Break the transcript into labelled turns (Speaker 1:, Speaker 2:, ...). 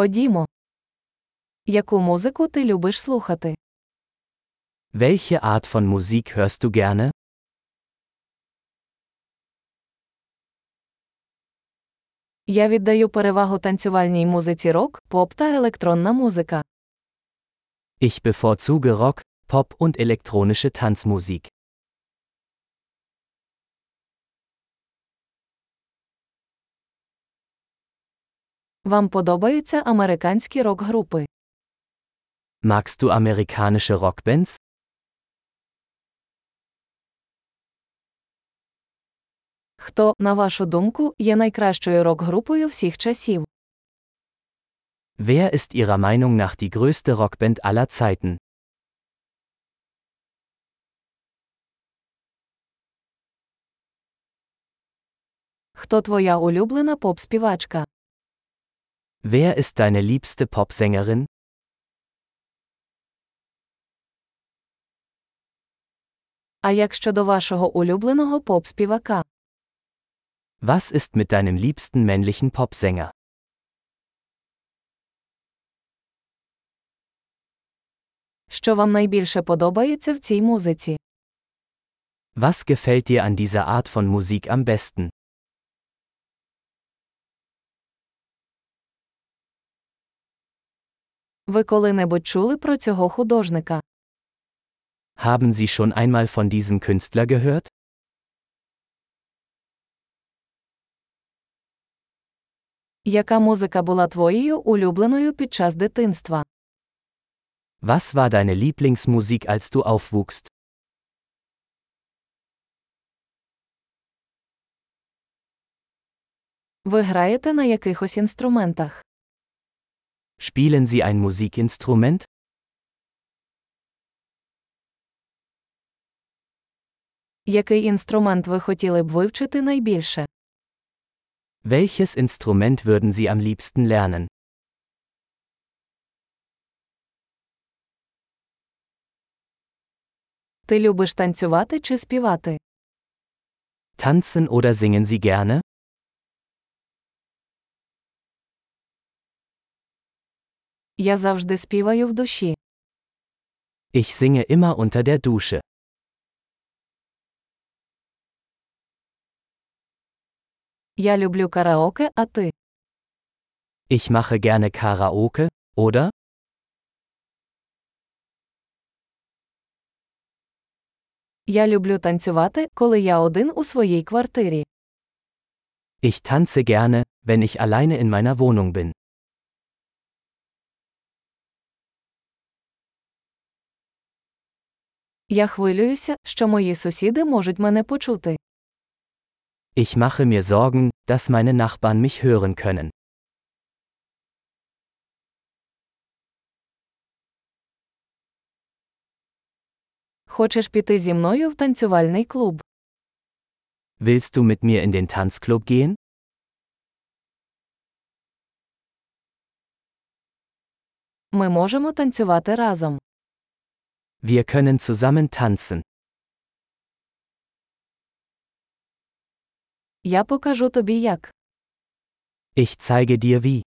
Speaker 1: Ходімо. Яку музику ти любиш слухати?
Speaker 2: Welche Art von Musik hörst du gerne?
Speaker 1: Я віддаю перевагу танцювальній музиці рок, поп та електронна музика.
Speaker 2: Ich bevorzuge Rock, Pop und elektronische Tanzmusik.
Speaker 1: Вам подобаються американські рок-групи?
Speaker 2: Magst du amerikanische Rockbands?
Speaker 1: Хто, на вашу думку, є найкращою рок-групою всіх часів?
Speaker 2: Wer ist Ihrer Meinung nach die größte Rockband aller Zeiten?
Speaker 1: Хто твоя улюблена поп-співачка?
Speaker 2: Wer ist deine liebste Popsängerin?
Speaker 1: А як щодо вашого улюбленого поп-співака?
Speaker 2: Was ist mit deinem liebsten männlichen Popsänger?
Speaker 1: Що вам найбільше подобається в цій музиці?
Speaker 2: Was gefällt dir an dieser Art von Musik am besten?
Speaker 1: Ви коли-небудь чули про цього художника?
Speaker 2: Haben Sie schon einmal von diesem Künstler gehört?
Speaker 1: Яка музика була твоєю улюбленою під час дитинства?
Speaker 2: Was war deine Lieblingsmusik, als du aufwuchst?
Speaker 1: Ви граєте на якихось інструментах?
Speaker 2: Spielen Sie ein Musikinstrument?
Speaker 1: Який інструмент ви хотіли б вивчити найбільше?
Speaker 2: Welches Instrument würden Sie am liebsten lernen?
Speaker 1: Ти любиш танцювати чи співати?
Speaker 2: Tanzen oder singen Sie gerne?
Speaker 1: Я завжди співаю в душі.
Speaker 2: Ich singe immer unter der Dusche.
Speaker 1: Я люблю караоке, а ти?
Speaker 2: Ich mache gerne Karaoke, oder?
Speaker 1: Я люблю танцювати, коли я один у своїй квартирі.
Speaker 2: Ich tanze gerne, wenn ich alleine in meiner Wohnung bin.
Speaker 1: Я хвилююся, що мої сусіди можуть мене почути.
Speaker 2: Ich mache mir Sorgen, dass meine Nachbarn mich hören können.
Speaker 1: Хочеш піти зі мною в танцювальний клуб?
Speaker 2: Willst du mit mir in den Tanzclub gehen?
Speaker 1: Ми можемо танцювати разом.
Speaker 2: Wir können zusammen tanzen.
Speaker 1: Я покажу тобі як.
Speaker 2: Ich zeige dir wie.